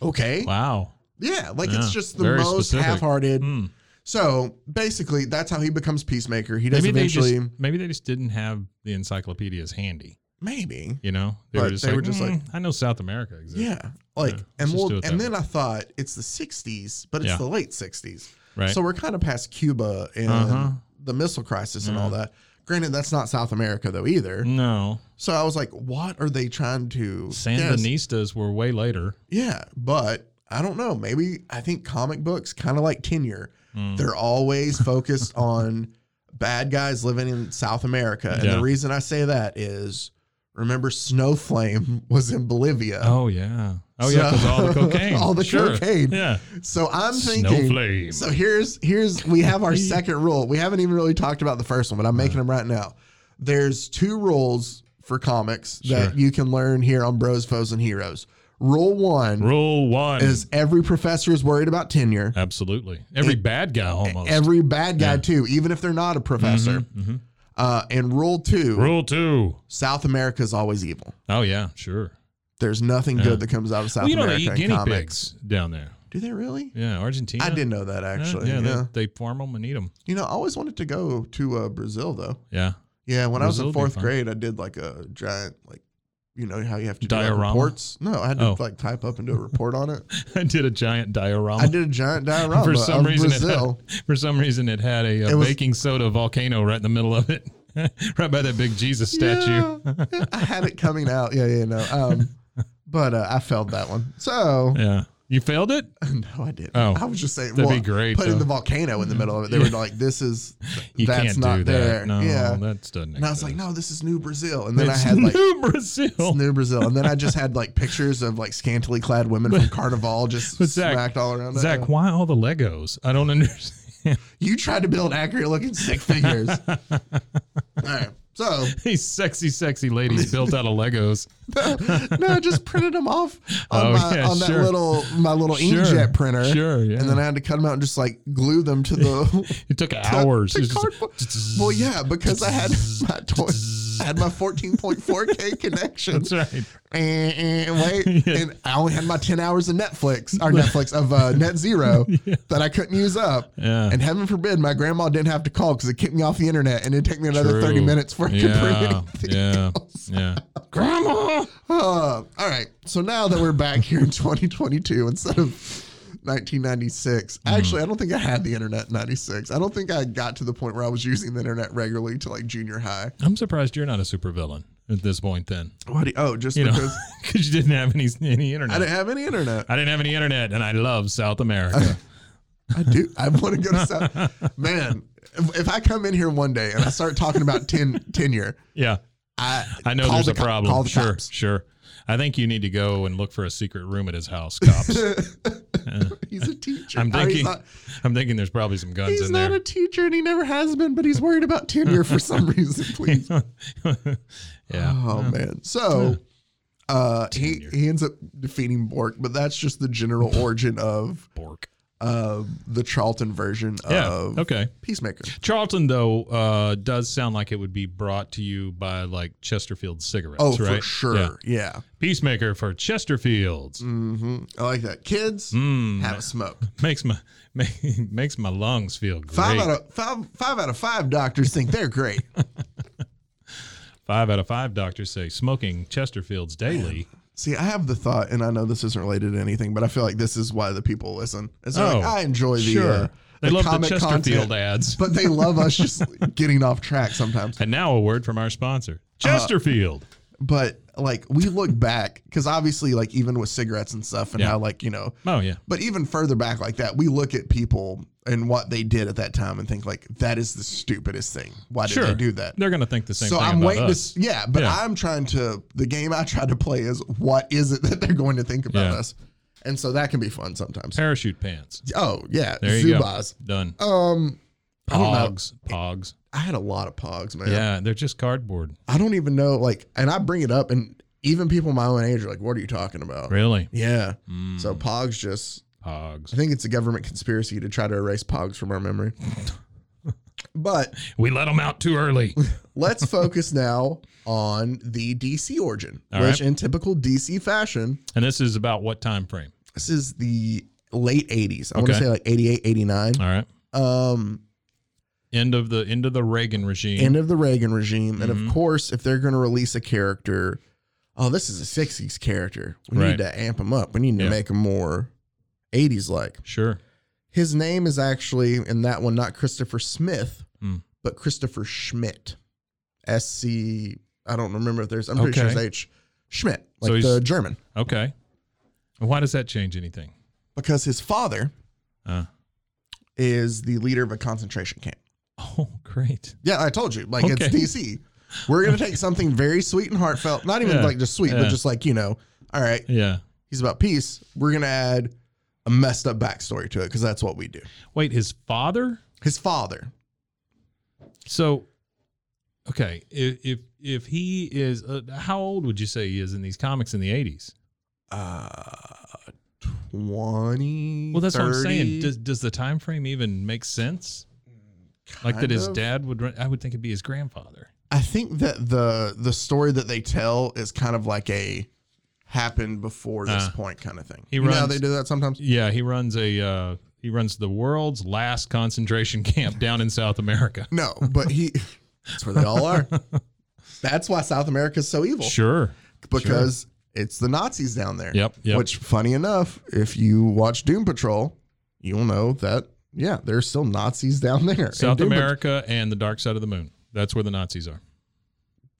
S2: okay,
S3: Wow.
S2: yeah, like
S3: Yeah,
S2: it's just the
S3: very
S2: most
S3: specific.
S2: half-hearted.
S3: Hmm.
S2: So basically, that's how he becomes peacemaker. He does
S3: Maybe they
S2: eventually,
S3: just maybe they just didn't have the encyclopedias handy.
S2: maybe.
S3: You know,
S2: But they were just like-
S3: "Mm, I know South America exists.
S2: Yeah. Like,
S3: let's
S2: and
S3: just
S2: we'll,
S3: do it that
S2: and
S3: way.
S2: then I thought it's the 60s, but it's
S3: Yeah.
S2: the late 60s.
S3: Right.
S2: So we're kind of past Cuba and
S3: Uh-huh. Mm-hmm.
S2: the missile crisis and all that. Granted, that's not South America though either.
S3: Mm. no,
S2: So I was like, what are they trying to? guess?
S3: Sandinistas were way later.
S2: Yeah, but I don't know. Maybe I think comic books, kind of like tenure,
S3: Mm.
S2: they're always focused on bad guys living in South America. And
S3: Yeah.
S2: the reason I say that is remember Snowflame was in Bolivia.
S3: Oh yeah. Oh yeah. Because
S2: So-
S3: all the cocaine.
S2: all the
S3: Sure.
S2: cocaine.
S3: Yeah.
S2: So I'm thinking.
S3: Snowflame.
S2: So here's here's we have our second rule. We haven't even really talked about the first one, but I'm making
S3: Uh-huh.
S2: them right now. There's two rules for comics that
S3: Sure.
S2: you can learn here on Bros, Foes, and Heroes. Rule one
S3: Rule one
S2: is every professor is worried about tenure.
S3: absolutely every bad guy almost.
S2: e-, Every bad guy
S3: Yeah.
S2: too, even if they're not a professor.
S3: Mhm.
S2: Uh, and rule two:
S3: Rule two.
S2: South America is always evil.
S3: Oh yeah. Sure.
S2: There's nothing
S3: Yeah.
S2: good that comes out of South
S3: well, you know
S2: America
S3: they eat
S2: in
S3: guinea
S2: comics.
S3: pigs down there.
S2: Do they really?
S3: Yeah, Argentina.
S2: I didn't know that
S3: Yeah,
S2: actually.
S3: Yeah,
S2: Yeah,
S3: They, they farm them and eat them.
S2: you know, I always wanted to go to uh, Brazil though.
S3: Yeah.
S2: Yeah, when I was in
S3: Brazil would be
S2: fourth
S3: fun.
S2: grade, I did like a giant like, you know how you have to do
S3: Diorama?
S2: like reports. No, I had to
S3: Oh.
S2: like type up and do a report on it.
S3: I did a giant diorama.
S2: I did a giant diorama
S3: for
S2: of
S3: some reason, it had,
S2: Brazil.
S3: for some reason, it had a, uh
S2: It was-
S3: baking soda volcano right in the middle of it, right by that big Jesus statue.
S2: Yeah. Yeah, I had it coming out. Yeah, yeah, no. Um, but uh, I failed that one. So
S3: Yeah, you failed it.
S2: no, I didn't.
S3: Oh.
S2: I was just saying.
S3: That'd
S2: well,
S3: be great,
S2: Putting
S3: though.
S2: the volcano in the middle of it. They were like, "This is
S3: You
S2: that's
S3: can't
S2: not
S3: do
S2: there."
S3: that. No,
S2: yeah.
S3: that doesn't.
S2: and I was
S3: exist.
S2: like, "No, this is New Brazil." And then
S3: It's
S2: I had like
S3: New Brazil.
S2: It's New Brazil. And then I just had like pictures of like scantily clad women from Carnival just
S3: But Zach-
S2: smacked all around. it.
S3: Zach, why all the Legos? I don't understand.
S2: you tried to build accurate looking stick figures. all right. So
S3: These sexy, sexy ladies built out of Legos.
S2: no, I just printed them off on,
S3: Oh,
S2: my,
S3: yeah,
S2: on
S3: sure.
S2: that little my little
S3: Sure,
S2: inkjet printer.
S3: sure, yeah.
S2: And then I had to cut them out and just like glue them to the
S3: It took hours.
S2: to
S3: It was just-
S2: cardboard. well, yeah, because I had my toy, I had my 14.4k connection.
S3: that's right.
S2: and, wait, Eh, and I only had my ten hours of Netflix or Netflix of uh, Net Zero that I couldn't use up.
S3: Yeah.
S2: And heaven forbid, my grandma didn't have to call because it kicked me off the internet, and it took me another
S3: True.
S2: thirty minutes for it to print
S3: yeah,
S2: anything.
S3: yeah, yeah. Grandma.
S2: Uh, all right, so now that we're back here in 2022 instead of 1996,
S3: Mm-hmm.
S2: actually, I don't think I had the internet in 96. I don't think I got to the point where I was using the internet regularly to like junior high.
S3: I'm surprised you're not a supervillain at this point. Then
S2: What? Do you, oh, just
S3: you know,
S2: because
S3: because you didn't have any any internet.
S2: I didn't have any internet.
S3: I didn't have any internet, and I love South
S2: Uh-huh.
S3: America.
S2: I do. I want to go to South. Man, if, if I come in here one day and I start talking about ten, tenure,
S3: yeah,
S2: I
S3: I know
S2: call
S3: there's
S2: the
S3: a
S2: cop-
S3: problem.
S2: call the
S3: sure,
S2: cops.
S3: sure. I think you need to go and look for a secret room at his house, cops.
S2: He's a teacher.
S3: I'm
S2: No, he's
S3: thinking,
S2: not-
S3: I'm thinking there's probably some guns
S2: He's
S3: in
S2: not
S3: there.
S2: a teacher and he never has been, but he's worried about tenure for some reason, please.
S3: yeah.
S2: Oh man. So uh he,
S3: Tenure.
S2: he ends up defeating Bork, but that's just the general origin of
S3: Bork.
S2: uh the Charlton version
S3: Yeah.
S2: of
S3: okay.
S2: Peacemaker.
S3: Charlton though uh, does sound like it would be brought to you by like Chesterfield cigarettes.
S2: Oh,
S3: right?
S2: for sure.
S3: Yeah.
S2: Yeah.
S3: Peacemaker for Chesterfields
S2: hmm I like that. Kids
S3: Hmm.
S2: have a smoke.
S3: makes my makes my lungs feel great.
S2: Five out of five five out of five doctors think they're great.
S3: Five out of five doctors say smoking Chesterfields daily.
S2: See, I have the thought, and I know this isn't related to anything, but I feel like this is why the people listen. It's like,
S3: Oh,
S2: I enjoy the
S3: sure.
S2: uh,
S3: They love the
S2: comic
S3: Chesterfield
S2: content,
S3: ads.
S2: but they love us just getting off track sometimes.
S3: And now a word from our sponsor,
S2: Uh-huh.
S3: Chesterfield.
S2: But like we look back, because obviously, like even with cigarettes and stuff, and
S3: Yeah.
S2: how like you know,
S3: oh yeah,
S2: but even further back like that, we look at people and what they did at that time and think like that is the stupidest thing. Why did
S3: sure.
S2: they do that?
S3: They're gonna think the same
S2: so
S3: thing
S2: I'm
S3: about
S2: waiting to s
S3: us.
S2: yeah, but
S3: Yeah.
S2: I'm trying to the game I try to play is what is it that they're going to think about
S3: Yeah.
S2: us, and so that can be fun sometimes.
S3: Parachute pants.
S2: Oh yeah,
S3: There you
S2: Zubaz.
S3: go. Done.
S2: Um, I don't know.
S3: Pogs. Pogs.
S2: I had a lot of pogs, man.
S3: Yeah, they're just cardboard.
S2: I don't even know like, and I bring it up, and even people my own age are like, "What are you talking about?"
S3: Really? Mm,
S2: Yeah. So pogs just I
S3: Pogs.
S2: think it's a government conspiracy to try to erase pogs from our memory. but
S3: We let them out too early.
S2: let's focus now on the DC origin,
S3: All
S2: which
S3: right.
S2: in typical DC fashion,
S3: and this is about what time frame?
S2: this is the late 80s. I want
S3: Okay. Uh,
S2: to say like 88, 89.
S3: All right.
S2: Um,
S3: End of the end of the Reagan regime.
S2: end of the Reagan regime. And
S3: Mhm.
S2: of course, if they're going to release a character, oh, this is a 60s character. We
S3: Right.
S2: need to amp him up. We need to
S3: Yeah.
S2: make him more 80s like.
S3: sure.
S2: His name is actually in that one not Christopher Smith,
S3: Hmm.
S2: but Christopher Schmidt. S C. I don't remember if there's. I'm pretty sure it's
S3: Okay.
S2: H. Schmidt,
S3: So
S2: like
S3: he's-
S2: the German,
S3: Okay. And why does that change anything?
S2: because his father
S3: Uh,
S2: is the leader of a concentration camp.
S3: oh, great.
S2: Yeah, I told you. Like
S3: Okay.
S2: it's DC. We're gonna take something very sweet and heartfelt. Not even
S3: Yeah,
S2: like just sweet,
S3: yeah.
S2: but just like you know. All right,
S3: Yeah.
S2: he's about peace. We're gonna add a messed up backstory to it because that's what we do.
S3: Wait, his father?
S2: His father.
S3: So, okay, if if, if he is, uh, how old would you say he is in these comics in the eighties?
S2: Uh, twenty.
S3: Well, that's what I'm
S2: 30.
S3: saying. Does does the time frame even make sense? Like
S2: Mm,
S3: that,
S2: Kind
S3: his
S2: of.
S3: dad would. Run, I would think it'd be his grandfather.
S2: I think that the the story that they tell is kind of like a happened before this
S3: Uh,
S2: point kind of thing.
S3: he
S2: You know how
S3: runs-
S2: they do that sometimes.
S3: Yeah, he runs a uh, he runs the world's last concentration camp down in South America.
S2: No, but he that's where they all are. That's why South America is so evil
S3: Sure.
S2: because it's the Nazis down there.
S3: Yep, yep.
S2: Which, funny enough, if you watch Doom Patrol, you'll know that yeah, there's still Nazis down there. in
S3: South
S2: Doom Pat-
S3: America and the dark side of the moon. That's where the Nazis are.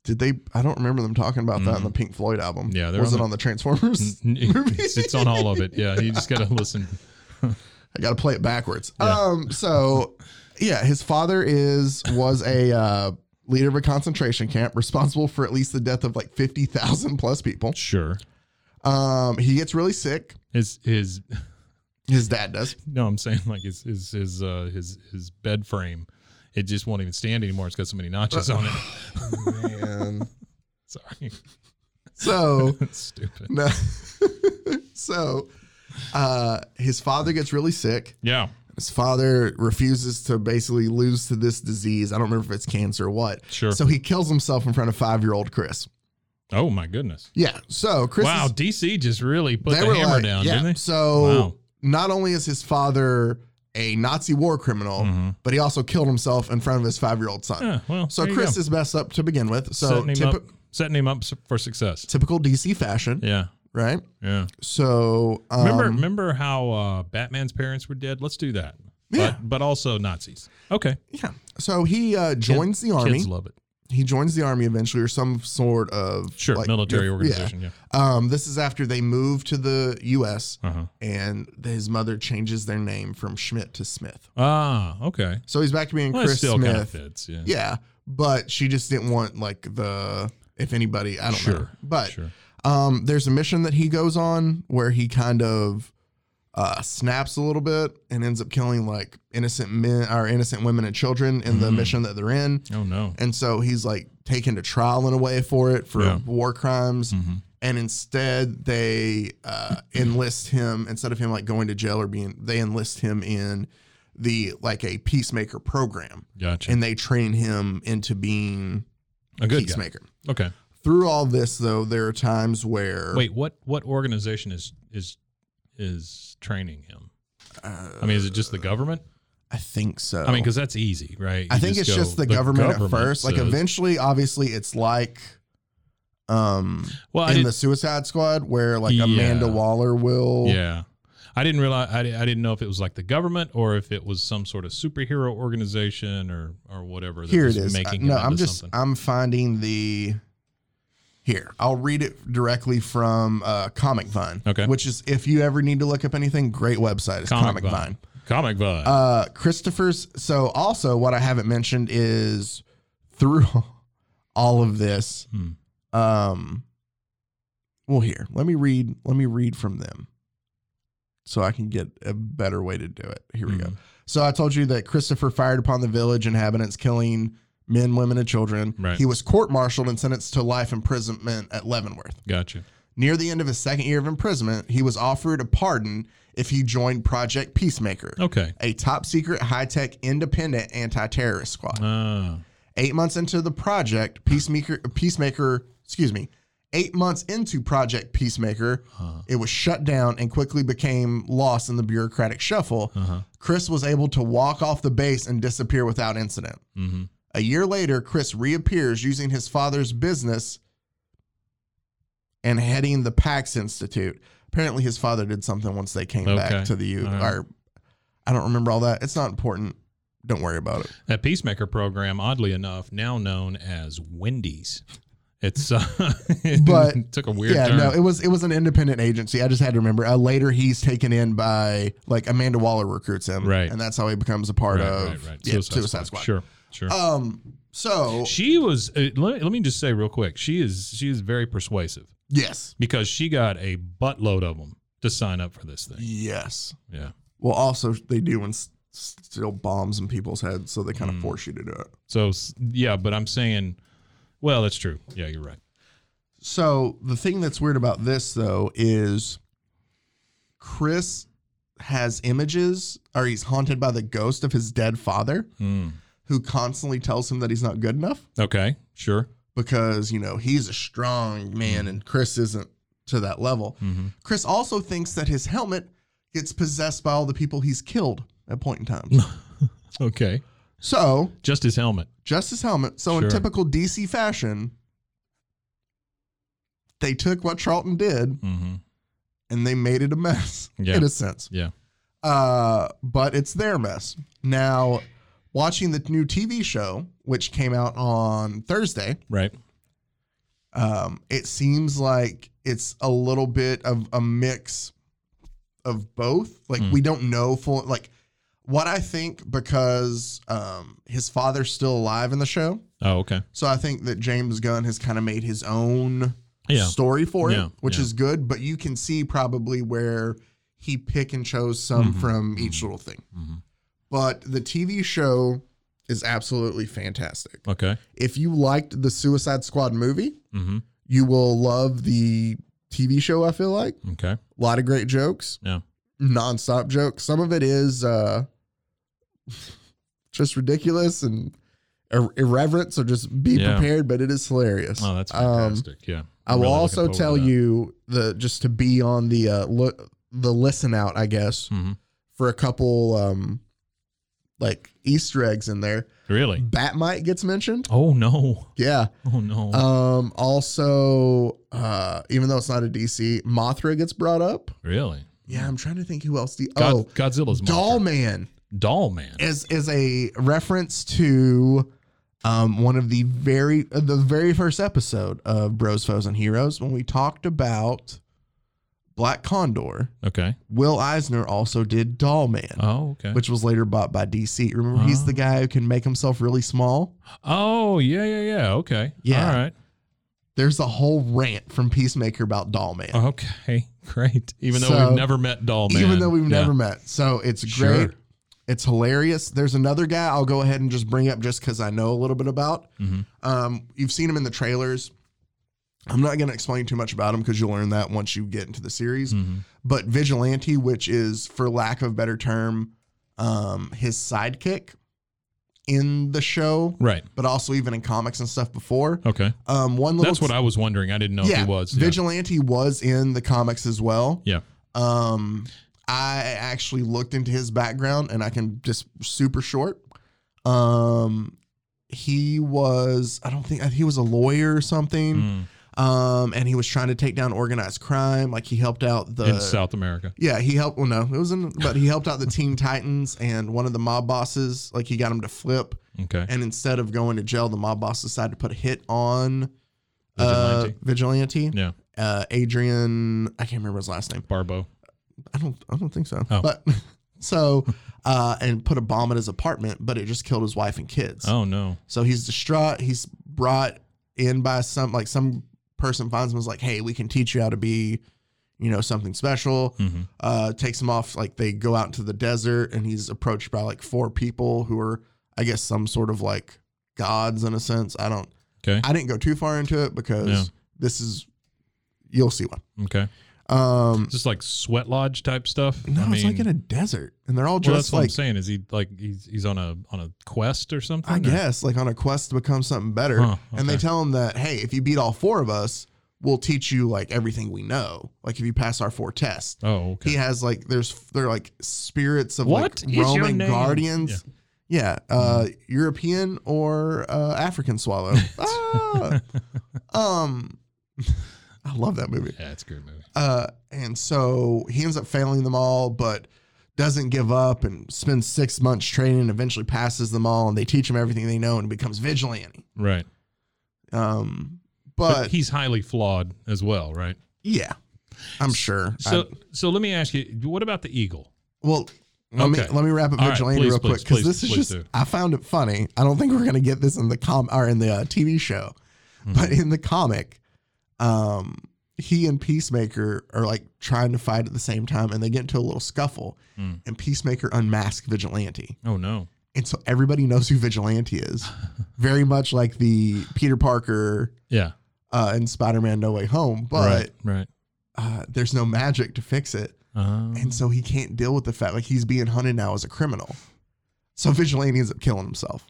S2: Did they? I don't remember them talking about that in the Pink Floyd album.
S3: Mm-hmm. Yeah, they're
S2: was
S3: on
S2: it
S3: the- Mm-hmm.
S2: on the Transformers?
S3: it's, it's on all of it. Yeah, you just got to listen.
S2: I got to play it backwards. Um, so yeah, his father is was a uh, leader of a concentration camp responsible for at least the death of like fifty thousand plus people.
S3: Sure.
S2: Um, he gets really sick.
S3: His his
S2: His dad does.
S3: no, I'm saying like his his his uh, his his bed frame. It just won't even stand anymore. It's got so many notches on it.
S2: And
S3: Sorry,
S2: so
S3: that's stupid.
S2: no, so uh, his father gets really sick.
S3: Yeah,
S2: His father refuses to basically lose to this disease. I don't remember if it's cancer or what.
S3: sure.
S2: So he kills himself in front of five year old Chris.
S3: oh my goodness.
S2: Yeah. So Chris.
S3: wow,
S2: is-
S3: DC just really put the hammer down,
S2: yeah.
S3: didn't they?
S2: So
S3: Wow.
S2: not only is his father a Nazi war criminal, but he also killed himself in front of his five year old son.
S3: Mm-hmm. Yeah, well,
S2: so
S3: there you
S2: Chris
S3: go.
S2: is messed up to begin with. So
S3: setting him
S2: typi-
S3: up, setting him up for success.
S2: typical DC fashion,
S3: Yeah,
S2: right?
S3: yeah.
S2: So um,
S3: Remember, remember how uh, Batman's parents were dead? Let's do that.
S2: Yeah.
S3: But, but also Nazis. Okay.
S2: yeah. So he uh,
S3: Kid-
S2: joins the army.
S3: Kids love it.
S2: He joins the army eventually, or some sort of
S3: Sure,
S2: like-
S3: military
S2: yeah.
S3: organization. Yeah.
S2: Um, this is after they move to the U.S.
S3: Uh huh.
S2: and his mother changes their name from Schmidt to Smith.
S3: Ah, okay.
S2: So he's back to being
S3: Well, it
S2: Chris
S3: still
S2: Smith.
S3: kind of fits. Yeah.
S2: Yeah, but she just didn't want like the if anybody I don't know.
S3: Sure,
S2: But
S3: Sure.
S2: um, there's a mission that he goes on where he kind of uh, snaps a little bit and ends up killing like innocent men or innocent women and children in the
S3: Mm.
S2: mission that they're in.
S3: Oh no.
S2: And so he's like taken to trial in a way for it for
S3: Yeah.
S2: war crimes.
S3: Mm-hmm.
S2: And instead, they uh, enlist him instead of him like going to jail or being. They enlist him in the like a peacemaker program,
S3: Gotcha.
S2: and they train him into being
S3: a good guy.
S2: peacemaker.
S3: Okay.
S2: Through all this, though, there are times where
S3: Wait, what what organization is is is training him?
S2: uh,
S3: I mean, is it just the government?
S2: I think so.
S3: I mean, because that's easy, right?
S2: Uh, I
S3: You
S2: think it's
S3: go,
S2: just the, government, at first. Like
S3: says-
S2: eventually, obviously, it's like um
S3: well, I
S2: in
S3: didn't-
S2: the Suicide Squad where like Amanda
S3: Yeah.
S2: Waller will.
S3: yeah, I didn't realize I, di- I didn't know if it was like the government or if it was some sort of superhero organization or or whatever. That
S2: Here it
S3: was
S2: is.
S3: Making
S2: Uh, no,
S3: him
S2: I'm
S3: into
S2: just
S3: something.
S2: I'm finding the. Here, I'll read it directly from uh, Comic Vine.
S3: Okay.
S2: Which is, if you ever need to look up anything, great website is Comic,
S3: Comic
S2: Vine.
S3: Vine. comic vibe.
S2: Uh, Christopher's. So, also, what I haven't mentioned is through all of this,
S3: Hmm.
S2: um well here let me read let me read from them so i can get a better way to do it here we go
S3: Mhm.
S2: so i told you that christopher fired upon the village inhabitants killing men women and children
S3: Right.
S2: he was court-martialed and sentenced to life imprisonment at leavenworth
S3: gotcha.
S2: near the end of his second year of imprisonment he was offered a pardon if he joined project peacemaker
S3: Okay.
S2: a top secret high-tech independent anti-terrorist squad
S3: Uh,
S2: Eight months into the project, Peacemaker, Peacemaker, excuse me, eight months into Project Peacemaker,
S3: Huh.
S2: it was shut down and quickly became lost in the bureaucratic shuffle.
S3: Uh-huh.
S2: Chris was able to walk off the base and disappear without incident.
S3: mm-hmm.
S2: A year later, Chris reappears using his father's business and heading the PAX Institute. Apparently, his father did something once they came
S3: Okay.
S2: back to the U.
S3: All right.
S2: Or, I don't remember all that. It's not important. Don't worry about it.
S3: That Peacemaker program, oddly enough, now known as Wendy's. It's uh,
S2: But,
S3: it took a weird
S2: yeah,
S3: turn.
S2: no, it was it was an independent agency. I just had to remember. Uh, later, he's taken in by like Amanda Waller recruits him,
S3: Right.
S2: and that's how he becomes a part of yeah, Suicide, Squad.
S3: Sure, sure.
S2: Um. So
S3: she was. Uh, let, me, let me just say real quick. She is. She is very persuasive
S2: yes,
S3: because she got a buttload of them to sign up for this thing.
S2: yes.
S3: Yeah.
S2: Well, also they do and still bombs in people's heads, so they kind of
S3: Mm.
S2: force you to do it.
S3: So s- yeah, but I'm saying, well, that's true. Yeah, you're right.
S2: So the thing that's weird about this though is Chris has images, or he's haunted by the ghost of his dead father,
S3: Hmm.
S2: who constantly tells him that he's not good enough.
S3: Okay. Sure.
S2: because you know he's a strong man
S3: Mm-hmm.
S2: and Chris isn't to that level.
S3: Mhm.
S2: Chris also thinks that his helmet gets possessed by all the people he's killed at point in time.
S3: Okay.
S2: so
S3: Just his helmet.
S2: just his helmet. So in
S3: Sure.
S2: typical DC fashion, they took what Charlton did
S3: hmm
S2: and they made it a mess
S3: Yeah.
S2: in a sense.
S3: Yeah.
S2: Uh, but it's their mess now. Watching the new TV show, which came out on Thursday,
S3: Right.
S2: um, it seems like it's a little bit of a mix of both. Like
S3: Hmm.
S2: we don't know full like what I think because um, his father's still alive in the show.
S3: Oh, okay.
S2: So I think that James Gunn has kind of made his own
S3: Yeah.
S2: story for
S3: Yeah,
S2: it, which
S3: yeah.
S2: is good. But you can see probably where he pick and chose some
S3: Mhm,
S2: from
S3: mhm.
S2: each little thing.
S3: Mhm.
S2: But the TV show is absolutely fantastic.
S3: Okay.
S2: If you liked the Suicide Squad movie,
S3: hmm
S2: you will love the TV show. I feel like
S3: Okay.
S2: a lot of great jokes,
S3: Yeah.
S2: nonstop jokes. Some of it is uh, just ridiculous and ir- irreverent. So just be
S3: Yeah.
S2: prepared, but it is hilarious.
S3: Oh, that's
S2: Um,
S3: fantastic. yeah.
S2: I
S3: I'm
S2: will
S3: really looking
S2: also
S3: forward to
S2: tell
S3: that.
S2: you the just to be on the uh, look the listen out, I guess,
S3: Mhm.
S2: for a couple um, like Easter eggs in there.
S3: Really?
S2: Mm. Batmite gets mentioned.
S3: Oh no.
S2: Yeah.
S3: Oh no.
S2: Um, also, uh, even though it's not a DC, Mothra gets brought up.
S3: really?
S2: Yeah, I'm trying to think who else. The
S3: God,
S2: oh,
S3: Godzilla's
S2: Doll
S3: monster.
S2: Man
S3: Doll man.
S2: is is a reference to um one of the very uh, the very first episode of Bros, Foes, and Heroes when we talked about Black Condor.
S3: Okay.
S2: Will Eisner also did Doll Man,
S3: Oh, okay.
S2: which was later bought by DC. Remember, he's
S3: Oh.
S2: the guy who can make himself really small.
S3: oh, yeah, yeah, yeah. Okay.
S2: Yeah.
S3: All right.
S2: There's a whole rant from Peacemaker about Doll Man.
S3: Okay. great. Even though
S2: So-
S3: we've never met Doll Man.
S2: even though we've
S3: Yeah.
S2: never met. So it's
S3: Sure.
S2: great. It's hilarious. There's another guy I'll go ahead and just bring up just because I know a little bit about.
S3: Mm-hmm.
S2: Um, you've seen him in the trailers. I'm not going to explain too much about him because you'll learn that once you get into the series.
S3: Hmm. Mm-hmm.
S2: But Vigilante, which is, for lack of a better term, um, his sidekick in the show,
S3: Right.
S2: but also even in comics and stuff before.
S3: Okay.
S2: Um, one little
S3: That's what I was wondering. I didn't know if
S2: yeah,
S3: he was. Yeah.
S2: Vigilante was in the comics as well.
S3: yeah.
S2: Um, I actually looked into his background, and I can just super short. Um, he was I don't think he was a lawyer or
S3: Mm.
S2: something. Um, and he was trying to take down organized crime. Like he helped out the
S3: in South America.
S2: yeah, he helped. Well, no, it was in, but he helped out the Teen Titans and one of the mob bosses. Like he got him to flip,
S3: Okay.
S2: and instead of going to jail, the mob boss decided to put a hit on uh, vigilante.
S3: yeah.
S2: Uh, Adrian, I can't remember his last name.
S3: Barbo.
S2: I don't I don't think so.
S3: Oh.
S2: But so uh and put a bomb in his apartment, but it just killed his wife and kids.
S3: Oh no.
S2: So he's distraught. He's brought in by some like some person finds him and is like, hey, we can teach you how to be, you know, something special.
S3: Mm-hmm.
S2: Uh takes him off, like they go out into the desert and he's approached by like four people who are I guess some sort of like gods in a sense. I don't
S3: Okay.
S2: I didn't go too far into it because
S3: Yeah.
S2: this is you'll see one.
S3: Okay.
S2: Um
S3: Is this like sweat lodge type stuff?
S2: no,
S3: I mean,
S2: it's like in a desert, and they're all
S3: well, that's
S2: dressed
S3: what I'm
S2: like
S3: saying. Is he like he's he's on a on a quest or something?
S2: I
S3: or-
S2: guess like on a quest to become something better.
S3: Huh,
S2: And they
S3: okay.
S2: tell him that hey, if you beat all four of us, we'll teach you like everything we know. Like if you pass our four tests,
S3: Oh, okay.
S2: he has like there's they're like spirits of
S3: What is
S2: like
S3: your
S2: Roman
S3: name?
S2: guardians. Yeah. uh, European or uh, African swallow. Ah. um, I love that movie.
S3: yeah, it's a good movie.
S2: Uh, and so he ends up failing them all, but doesn't give up and spends six months training and eventually passes them all. And they teach him everything they know and becomes vigilante.
S3: Right.
S2: Um,
S3: But,
S2: but,
S3: he's highly flawed as well, right?
S2: yeah, I'm sure.
S3: So
S2: I-
S3: so let me ask you, what about the eagle?
S2: well, let
S3: Okay.
S2: me let me wrap up
S3: All right,
S2: vigilante
S3: please,
S2: real
S3: please,
S2: quick because
S3: please,
S2: this is
S3: please
S2: just
S3: do.
S2: I found it funny. I don't think we're gonna get this in the com or in the uh, TV show,
S3: Hmm.
S2: but in the comic, um, he and Peacemaker are like trying to fight at the same time, and they get into a little scuffle,
S3: Hmm.
S2: and Peacemaker unmasks Vigilante,
S3: Oh no.
S2: and so everybody knows who Vigilante is, very much like the Peter Parker
S3: Yeah.
S2: uh, in Spider-Man: No Way Home, but
S3: right. Right.
S2: uh, there's no magic to fix it.
S3: Uh,
S2: And so he can't deal with the fact like he's being hunted now as a criminal. So Vigilante ends up killing himself.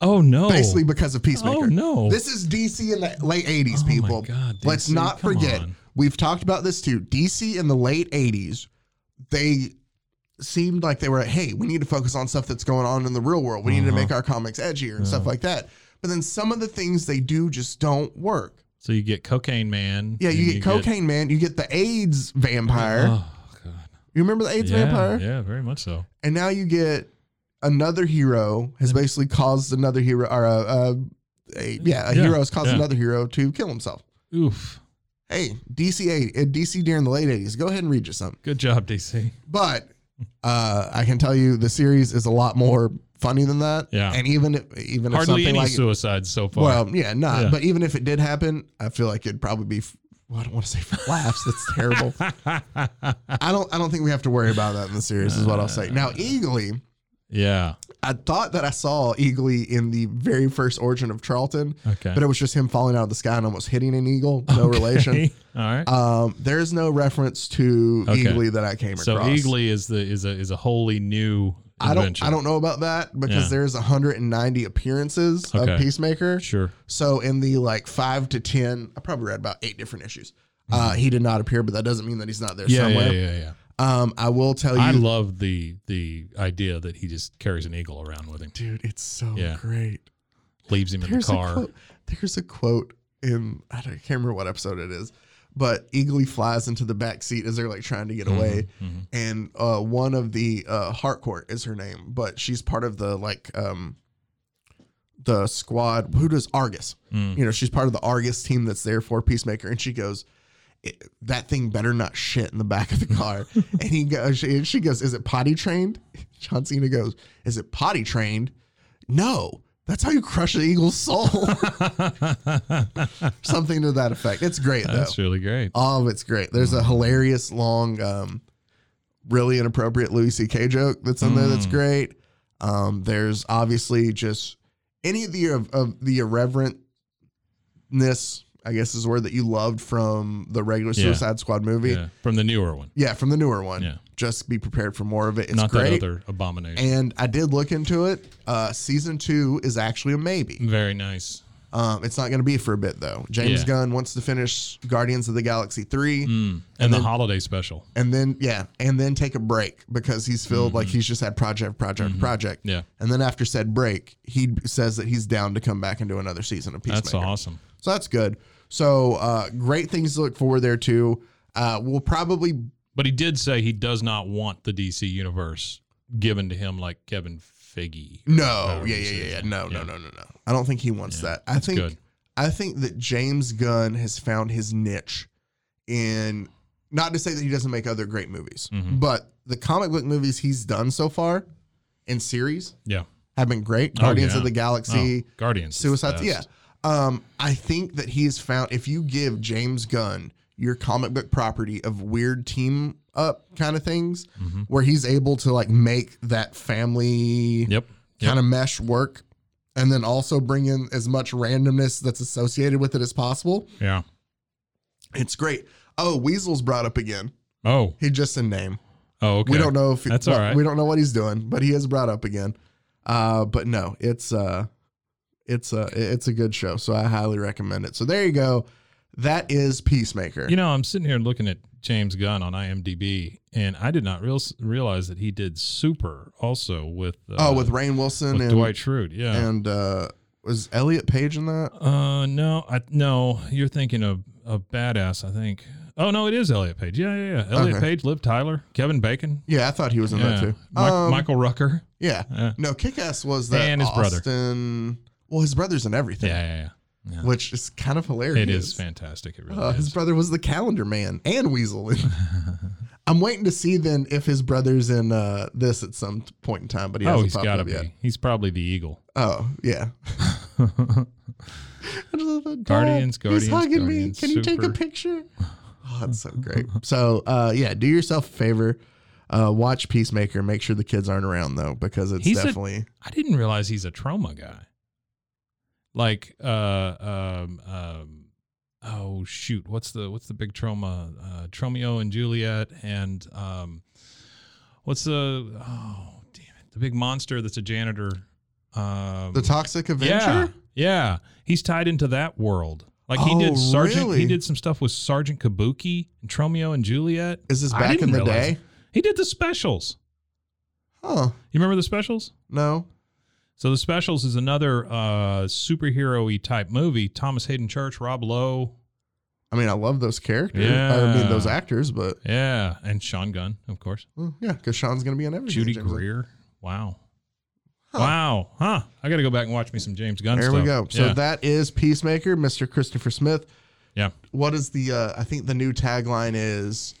S3: oh no.
S2: Basically because of Peacemaker.
S3: Oh no.
S2: This is DC in the late 80s,
S3: Oh, my
S2: people.
S3: God,
S2: Let's
S3: DC,
S2: not
S3: come
S2: forget.
S3: on.
S2: We've talked about this too. DC in the late 80s, they seemed like they were, hey, we need to focus on stuff that's going on in the real world. We need to
S3: Uh-huh.
S2: make our comics edgier and stuff like that. But then some of the things they do just don't work.
S3: so you get cocaine man.
S2: Yeah,
S3: and
S2: you get Cocaine Man, you get the AIDS vampire.
S3: Oh god.
S2: you remember the AIDS
S3: yeah,
S2: vampire?
S3: Yeah, very much so.
S2: and now you get another hero has basically caused another hero or a, a, a yeah a
S3: Yeah,
S2: hero has caused
S3: yeah.
S2: another hero to kill himself.
S3: Oof.
S2: Hey, DC eight uh, DC during the late eighties. Go ahead and read you something.
S3: Good job, DC.
S2: But uh, I can tell you the series is a lot more funny than that.
S3: Yeah.
S2: and even if, even if
S3: Hardly
S2: something
S3: any
S2: like
S3: suicides so far.
S2: well yeah not
S3: Yeah.
S2: but even if it did happen, I feel like it'd probably be. f- Well, I don't want to say for laughs. That's terrible. I don't. I don't think we have to worry about that in the series. Is what I'll say.
S3: Uh.
S2: Now, Eagly,
S3: yeah.
S2: I thought that I saw Eagly in the very first origin of Charlton,
S3: Okay.
S2: but it was just him falling out of the sky and almost hitting an eagle. No relation.
S3: All right.
S2: Um, there is no reference to
S3: Okay.
S2: Eagly that I came
S3: so
S2: across.
S3: Eagly is the is a is a wholly new
S2: I don't.
S3: invention.
S2: I don't know about that because
S3: Yeah.
S2: there's 190 appearances
S3: Okay.
S2: of Peacemaker.
S3: Sure.
S2: So in the like five to ten, I probably read about eight different issues. Uh, he did not appear, but that doesn't mean that he's not there
S3: Mm-hmm. Yeah,
S2: somewhere.
S3: yeah, yeah, yeah.
S2: Um, I will tell you,
S3: I love the the idea that he just carries an eagle around with him,
S2: dude, it's so
S3: Yeah.
S2: great.
S3: leaves him in the
S2: A
S3: car.
S2: quote, there's a quote in I, don't, I can't remember what episode it is, but Eagly flies into the back seat as they're like trying to get
S3: Mm-hmm.
S2: away, and uh, one of the uh, Harcourt is her name, but she's part of the like um, the squad. Who does Argus? You know, she's part of the Argus team that's there for Peacemaker, and she goes. "It- That thing better not shit in the back of the car. and he goes, she, she goes, is it potty trained? John Cena goes, is it potty trained? No, That's how you crush an eagle's soul. Something to that effect. It's great though.
S3: That's really great.
S2: Oh, it's great. There's
S3: Mm.
S2: a hilarious long, um, really inappropriate Louis C.K. joke that's in there. That's
S3: Mm.
S2: great. Um, there's obviously just any of the of, of the irreverentness, I guess is a word that you loved from the regular
S3: Yeah.
S2: Suicide Squad movie. Yeah.
S3: Yeah, from the newer one.
S2: from the newer one.
S3: Yeah.
S2: Just be prepared for more of it. It's
S3: Not
S2: great.
S3: that other abomination.
S2: And I did look into it. Uh, season two is actually a maybe.
S3: Very nice.
S2: Um, it's not going to be for a bit though. James
S3: Mm. Yeah.
S2: Gunn wants to finish Guardians of the Galaxy three.
S3: Mm. And, the holiday special.
S2: and then yeah, and then take a break because he's filled like he's just had project, project, project.
S3: Mm-hmm. Yeah.
S2: And then after said break, he says that he's down to come back and do another season of Peacemaker.
S3: That's awesome.
S2: So that's good. So uh, great things to look forward there to. Uh, we'll probably
S3: But he did say he does not want the DC universe given to him like Kevin Feige.
S2: no,
S3: Whatever
S2: yeah,
S3: he
S2: yeah, yeah,
S3: says.
S2: yeah, no, no,
S3: Yeah.
S2: no, no, no. I don't think he wants that. I think
S3: good.
S2: I think that James Gunn has found his niche in not to say that he doesn't make other great movies,
S3: Mhm.
S2: but the comic book movies he's done so far in series
S3: Yeah.
S2: have been great.
S3: Oh,
S2: Guardians
S3: yeah.
S2: of the Galaxy,
S3: Oh, Guardians. is the
S2: Suicide.
S3: best.
S2: Yeah. Um, I think that he has found if you give James Gunn your comic book property of weird team up kind of things,
S3: Mm-hmm.
S2: where he's able to like make that family
S3: Yep. yep.
S2: kind of mesh work, and then also bring in as much randomness that's associated with it as possible.
S3: Yeah.
S2: It's great. Oh, Weasel's brought up again.
S3: Oh.
S2: He just in name.
S3: Oh. Okay.
S2: We don't know if
S3: That's all right.
S2: We don't know what he's doing, but he is brought up again. Uh, but no, it's uh, it's a it's a good show, so I highly recommend it. So there you go. That is Peacemaker.
S3: You know, I'm sitting here looking at James Gunn on IMDb, and I did not real, realize that he did Super also with uh,
S2: oh, with Rain Wilson
S3: with
S2: and
S3: Dwight Schrute. Yeah.
S2: and uh, was Elliot Page in that?
S3: uh, no, I no, you're thinking of a badass. I think. Oh no, it is Elliot Page. Yeah, yeah, yeah. Elliot
S2: Okay.
S3: Page, Liv Tyler, Kevin Bacon.
S2: Yeah, I thought he was in that
S3: Yeah.
S2: too.
S3: Mi-
S2: Um,
S3: Michael Rucker.
S2: Yeah.
S3: Yeah.
S2: No, Kickass was that
S3: And his brother.
S2: Austin. Well, his brother's in everything,
S3: Yeah, yeah, yeah. yeah.
S2: which is kind of hilarious.
S3: It is fantastic. It really
S2: Uh, his
S3: is.
S2: brother was the calendar man and weasel. I'm waiting to see then if his brother's in uh, this at some t- point in time, but he
S3: oh,
S2: hasn't
S3: he's
S2: popped
S3: got to
S2: up
S3: be.
S2: yet.
S3: He's probably the eagle.
S2: Oh, yeah.
S3: Guardians, Guardians,
S2: He's hugging
S3: Guardians,
S2: me. Can you take a
S3: super.
S2: picture? Oh, that's so great. So, uh, yeah, do yourself a favor. Uh, watch Peacemaker. Make sure the kids aren't around though, because it's
S3: He's a-
S2: definitely
S3: I didn't realize he's a trauma guy. Like, uh, um, um, oh shoot, what's the what's the big trauma? Uh, Tromeo and Juliet, and um, what's the oh damn it, the big monster that's a janitor. Um,
S2: the Toxic Avenger.
S3: yeah, yeah, he's tied into that world. Like he
S2: Oh,
S3: did Sergeant,
S2: really?
S3: he did some stuff with Sergeant Kabuki and Tromeo and Juliet.
S2: Is this
S3: I
S2: back in
S3: didn't
S2: the
S3: realize
S2: day?
S3: it. He did the specials.
S2: Huh?
S3: You remember the specials?
S2: No.
S3: So the specials is another uh, superhero-y type movie. Thomas Hayden Church, Rob Lowe,
S2: I mean, I love those characters. I
S3: Yeah.
S2: mean, those actors, but
S3: yeah, and Sean Gunn, of course.
S2: well, yeah, because Sean's gonna be in everything.
S3: Judy
S2: James.
S3: Greer. Wow. Wow. Huh. I got to go back and watch me some James Gunn
S2: There
S3: stuff.
S2: we go. So
S3: Yeah.
S2: that is Peacemaker, Mr. Christopher Smith.
S3: Yeah.
S2: What is the? Uh, I think the new tagline is,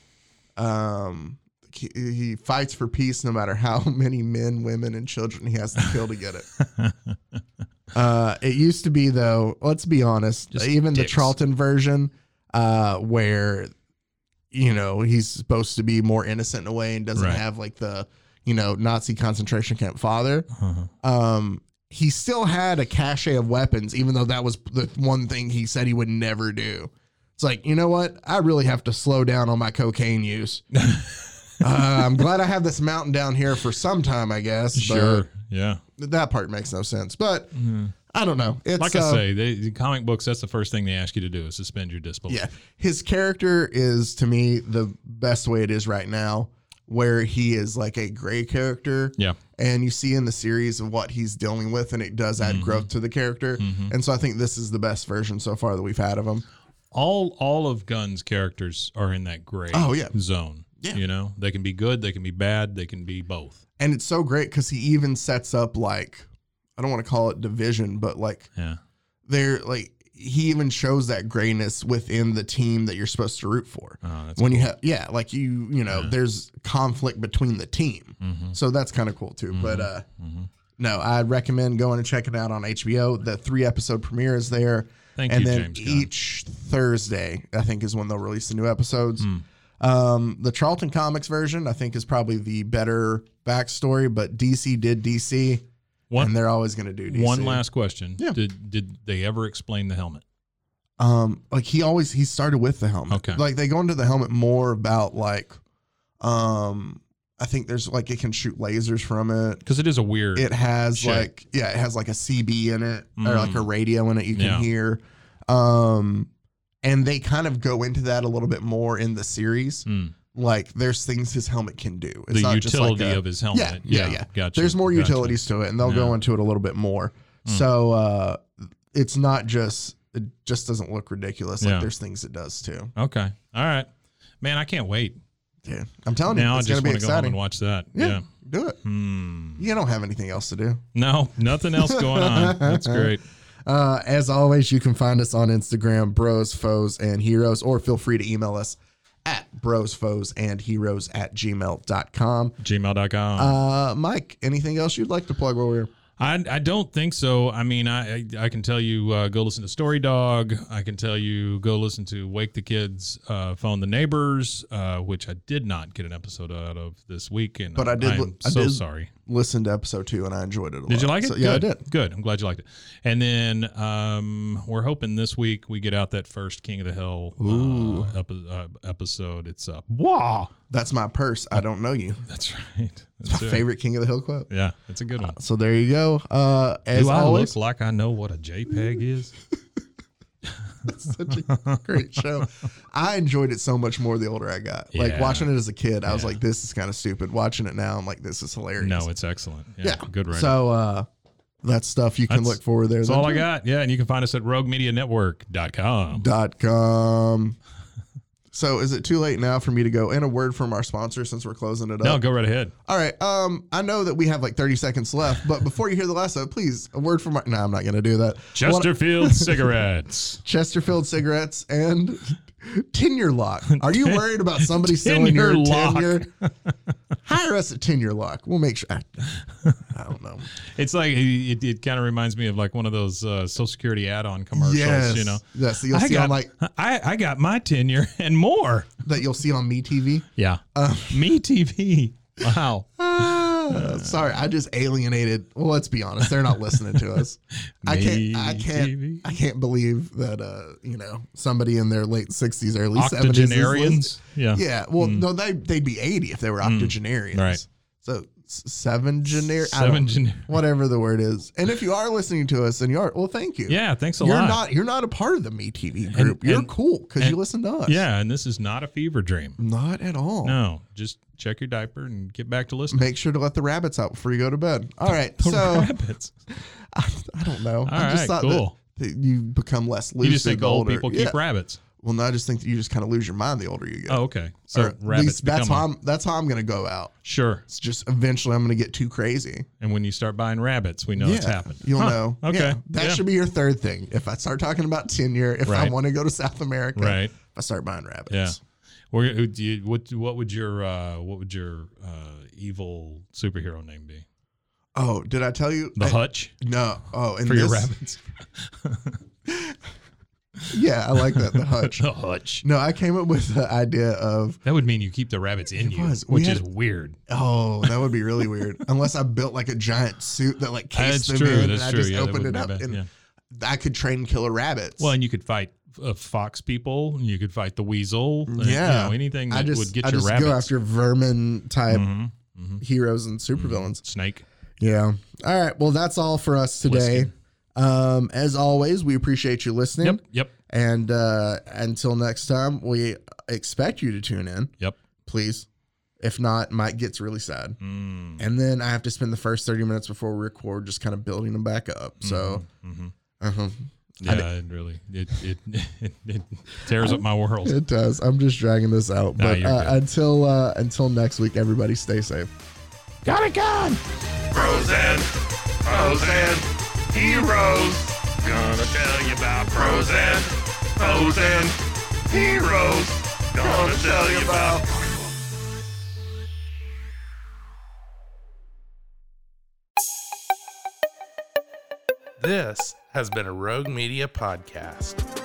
S2: um, he, he fights for peace no matter how many men, women, and children he has to kill to get it. uh, it used to be though. Let's be honest.
S3: Just
S2: even
S3: dicks.
S2: the Charlton version, uh, where you know he's supposed to be more innocent in a way and doesn't
S3: Right.
S2: have like the you know Nazi concentration camp father
S3: Uh-huh.
S2: um, he still had a cache of weapons, even though that was the one thing he said he would never do. It's like, you know what? I really have to slow down on my cocaine use. uh, I'm glad I have this mountain down here for some time, I guess. but
S3: Sure. Yeah.
S2: That part makes no sense, but I don't know. It's
S3: Like
S2: uh,
S3: I say, they, the comic books. That's the first thing they ask you to do is suspend your disbelief.
S2: Yeah. His character is to me the best way it is right now, where he is like a gray character.
S3: Yeah.
S2: And you see in the series of what he's dealing with, and it does
S3: Mm-hmm.
S2: add growth to the character. And so I think this is the best version so far that we've had of him.
S3: all all of Gunn's characters are in that gray
S2: Oh, yeah.
S3: zone.
S2: Yeah.
S3: You know, they can be good, they can be bad, they can be both.
S2: And it's so great because he even sets up like, I don't want to call it division, but like
S3: Yeah.
S2: they're like, he even shows that grayness within the team that you're supposed to root for.
S3: Oh, that's
S2: when you have yeah like you
S3: Mm-hmm,
S2: you know there's conflict between the team so that's kind of cool too but uh No, I recommend going and checking it out on HBO. The three episode premiere is there.
S3: Thank
S2: and
S3: you,
S2: then
S3: James Gunn.
S2: each Thursday, I think, is when they'll release the new episodes.
S3: Hmm.
S2: Um, the Charlton Comics version, I think, is probably the better backstory, but DC did DC,
S3: One
S2: and they're always going to do DC.
S3: one last question.
S2: Yeah.
S3: Did did they ever explain the helmet?
S2: um, like he always he started with the helmet.
S3: Okay.
S2: like they go into the helmet more about like, um, I think there's like it can shoot lasers from it.
S3: Because it is a weird.
S2: It has
S3: Shit.
S2: like yeah, it has like a CB in it or
S3: Mm.
S2: like a radio in it you can
S3: Yeah.
S2: hear. Um and they kind of go into that a little bit more in the series.
S3: Mm.
S2: Like there's things his helmet can do. It's
S3: the
S2: not
S3: utility
S2: just like a,
S3: of his helmet.
S2: Yeah, yeah, yeah.
S3: Gotcha.
S2: There's more
S3: gotcha.
S2: utilities to it and they'll go
S3: Yeah. Mm.
S2: into it a little bit more. So uh it's not just it just doesn't look ridiculous. Like
S3: Yeah.
S2: there's things it does too.
S3: Okay. All right. Man, I can't wait.
S2: Yeah. I'm telling
S3: Now
S2: you,
S3: I
S2: it's gonna
S3: just
S2: be
S3: want to go home
S2: exciting.
S3: and watch that.
S2: yeah,
S3: Yeah.
S2: Do it.
S3: Hmm.
S2: You don't have anything else to do.
S3: No, nothing else going on. That's great.
S2: Uh, as always, you can find us on Instagram, bros, foes, and heroes, or feel free to email us at bros, foes, and heroes at gmail.com.
S3: Gmail.com.
S2: Uh, Mike, anything else you'd like to plug while we're
S3: I, I don't think so. I mean, I I, I can tell you uh, go listen to Story Dog. I can tell you go listen to Wake the Kids, uh, Phone the Neighbors, uh, which I did not get an episode out of this week, and
S2: But I did
S3: I'm
S2: li- I
S3: so
S2: did-
S3: sorry.
S2: listened to episode two and I enjoyed it a lot?
S3: Did you like it?
S2: So, yeah,
S3: Good.
S2: I did.
S3: Good. I'm glad you liked it. And then um, we're hoping this week we get out that first King of the Hill
S2: Ooh.
S3: uh, epi- uh, episode. It's up.
S2: Wow. That's my purse. I don't know you.
S3: That's right. That's
S2: My
S3: it.
S2: favorite King of the Hill quote.
S3: Yeah, it's a good one.
S2: So there you go. Uh, as
S3: Do I
S2: always,
S3: look like I know what a JPEG is?
S2: such a great show. I enjoyed it so much more the older I got. Like
S3: Yeah.
S2: watching it as a kid, I was
S3: Yeah.
S2: like, this is kind of stupid. Watching it now, I'm like, this is hilarious.
S3: No, it's excellent. Yeah,
S2: Yeah.
S3: good writing.
S2: So uh that's stuff you can
S3: That's-
S2: look for there.
S3: That's all I got. Yeah, and you can find us at roguemedianetwork.com.
S2: Dot com. So is it too late now for me to go? And a word from our sponsor since we're closing it up.
S3: No, go right ahead.
S2: All right. Um, I know that we have like 30 seconds left, but before you hear the last of it, please a word from our. No, I'm not gonna do that. What-
S3: Chesterfield cigarettes.
S2: Chesterfield cigarettes and tenure lock. Are you worried about somebody selling
S3: Tenure
S2: your
S3: Lock.
S2: tenure? Hire us at tenure lock. We'll make sure. I, I don't know.
S3: It's like it, it kind of reminds me of like one of those uh, Social Security add-on commercials. You know,
S2: Yes, you'll see on like
S3: I, I got my tenure and more.
S2: that you'll see on me TV.
S3: Yeah,
S2: Um,
S3: me TV. Wow,
S2: Ah, sorry, I just alienated. Well, let's be honest, they're not listening to us. I can't. I
S3: Me
S2: can't.
S3: TV.
S2: I can't believe that. Uh, you know, somebody in their late sixties, early seventies.
S3: octogenarians. Yeah, Hmm.
S2: Yeah. Well, no, they they'd be eighty if they were octogenarians.
S3: Right.
S2: So seven gener.
S3: Sevengenar-
S2: Whatever the word is, and if you are listening to us, and you are, well, thank you.
S3: yeah. Thanks a
S2: You're
S3: lot.
S2: not. You're not a part of the Me TV group. you're
S3: and-
S2: cool because you
S3: and-
S2: listen to us.
S3: yeah, and this is not a fever dream.
S2: Not at all.
S3: No, just check your diaper and get back to listening.
S2: Make sure to let the rabbits out before you go to bed. All right.
S3: The
S2: So.
S3: rabbits.
S2: I, I don't know. I
S3: right,
S2: just thought
S3: cool.
S2: that, that you become less lucid.
S3: You just think
S2: the
S3: old
S2: older-
S3: people
S2: yeah.
S3: keep rabbits.
S2: Well, no, I just think that you just kind of lose your mind the older you get.
S3: Oh, okay. So
S2: Or at
S3: rabbits
S2: least that's
S3: become
S2: how
S3: a-
S2: I'm. That's how I'm going to go out.
S3: Sure.
S2: It's just eventually I'm going to get too crazy.
S3: And when you start buying rabbits, we know it's happened.
S2: You'll
S3: Huh.
S2: know.
S3: Okay.
S2: Yeah, that
S3: Yeah.
S2: should be your third thing. If I start talking about tenure, if I
S3: Right.
S2: want to go to South America,
S3: Right.
S2: if I start buying rabbits.
S3: Yeah. Or do you, what what would your uh, what would your uh, evil superhero name be?
S2: Oh, did I tell you?
S3: The
S2: I-
S3: Hutch
S2: No. Oh, and
S3: for your
S2: this-
S3: rabbits.
S2: Yeah, I like that. The hutch.
S3: the Hutch.
S2: No, I came up with the idea of
S3: That would mean you keep the rabbits in
S2: It
S3: you,
S2: was. We
S3: which
S2: had-
S3: is weird.
S2: Oh, that would be really weird. Unless I built like a giant suit that like cased
S3: That's
S2: them
S3: true.
S2: in, and
S3: That's
S2: I
S3: true.
S2: just
S3: Yeah, that
S2: opened
S3: would
S2: it
S3: be
S2: up,
S3: bad.
S2: and
S3: Yeah.
S2: I could train killer rabbits.
S3: Well, and you could fight uh, fox people. and You could fight the weasel. and,
S2: Yeah.
S3: You know, anything that
S2: I just
S3: would get
S2: I
S3: your
S2: just
S3: rabbits.
S2: go after vermin type
S3: Mhm. Mhm.
S2: heroes and supervillains.
S3: Snake.
S2: Yeah. All right. Well, that's all for us today. Um, as always, we appreciate you listening.
S3: Yep. Yep.
S2: And uh, until next time, we expect you to tune in.
S3: Yep.
S2: Please. If not, Mike gets really sad.
S3: Mm.
S2: And then I have to spend the first 30 minutes before we record just kind of building them back up. So,
S3: Mhm.
S2: uh-huh. I
S3: Yeah, it really it it, it, it tears up my world.
S2: It does. I'm just dragging this out.
S3: Nah,
S2: But
S3: you're
S2: uh,
S3: good.
S2: until uh, until next week, everybody stay safe.
S1: Got it gone! Frozen, frozen, heroes. Gonna tell you about frozen, frozen, heroes. Gonna tell you about.
S4: This has been a Rogue Media podcast.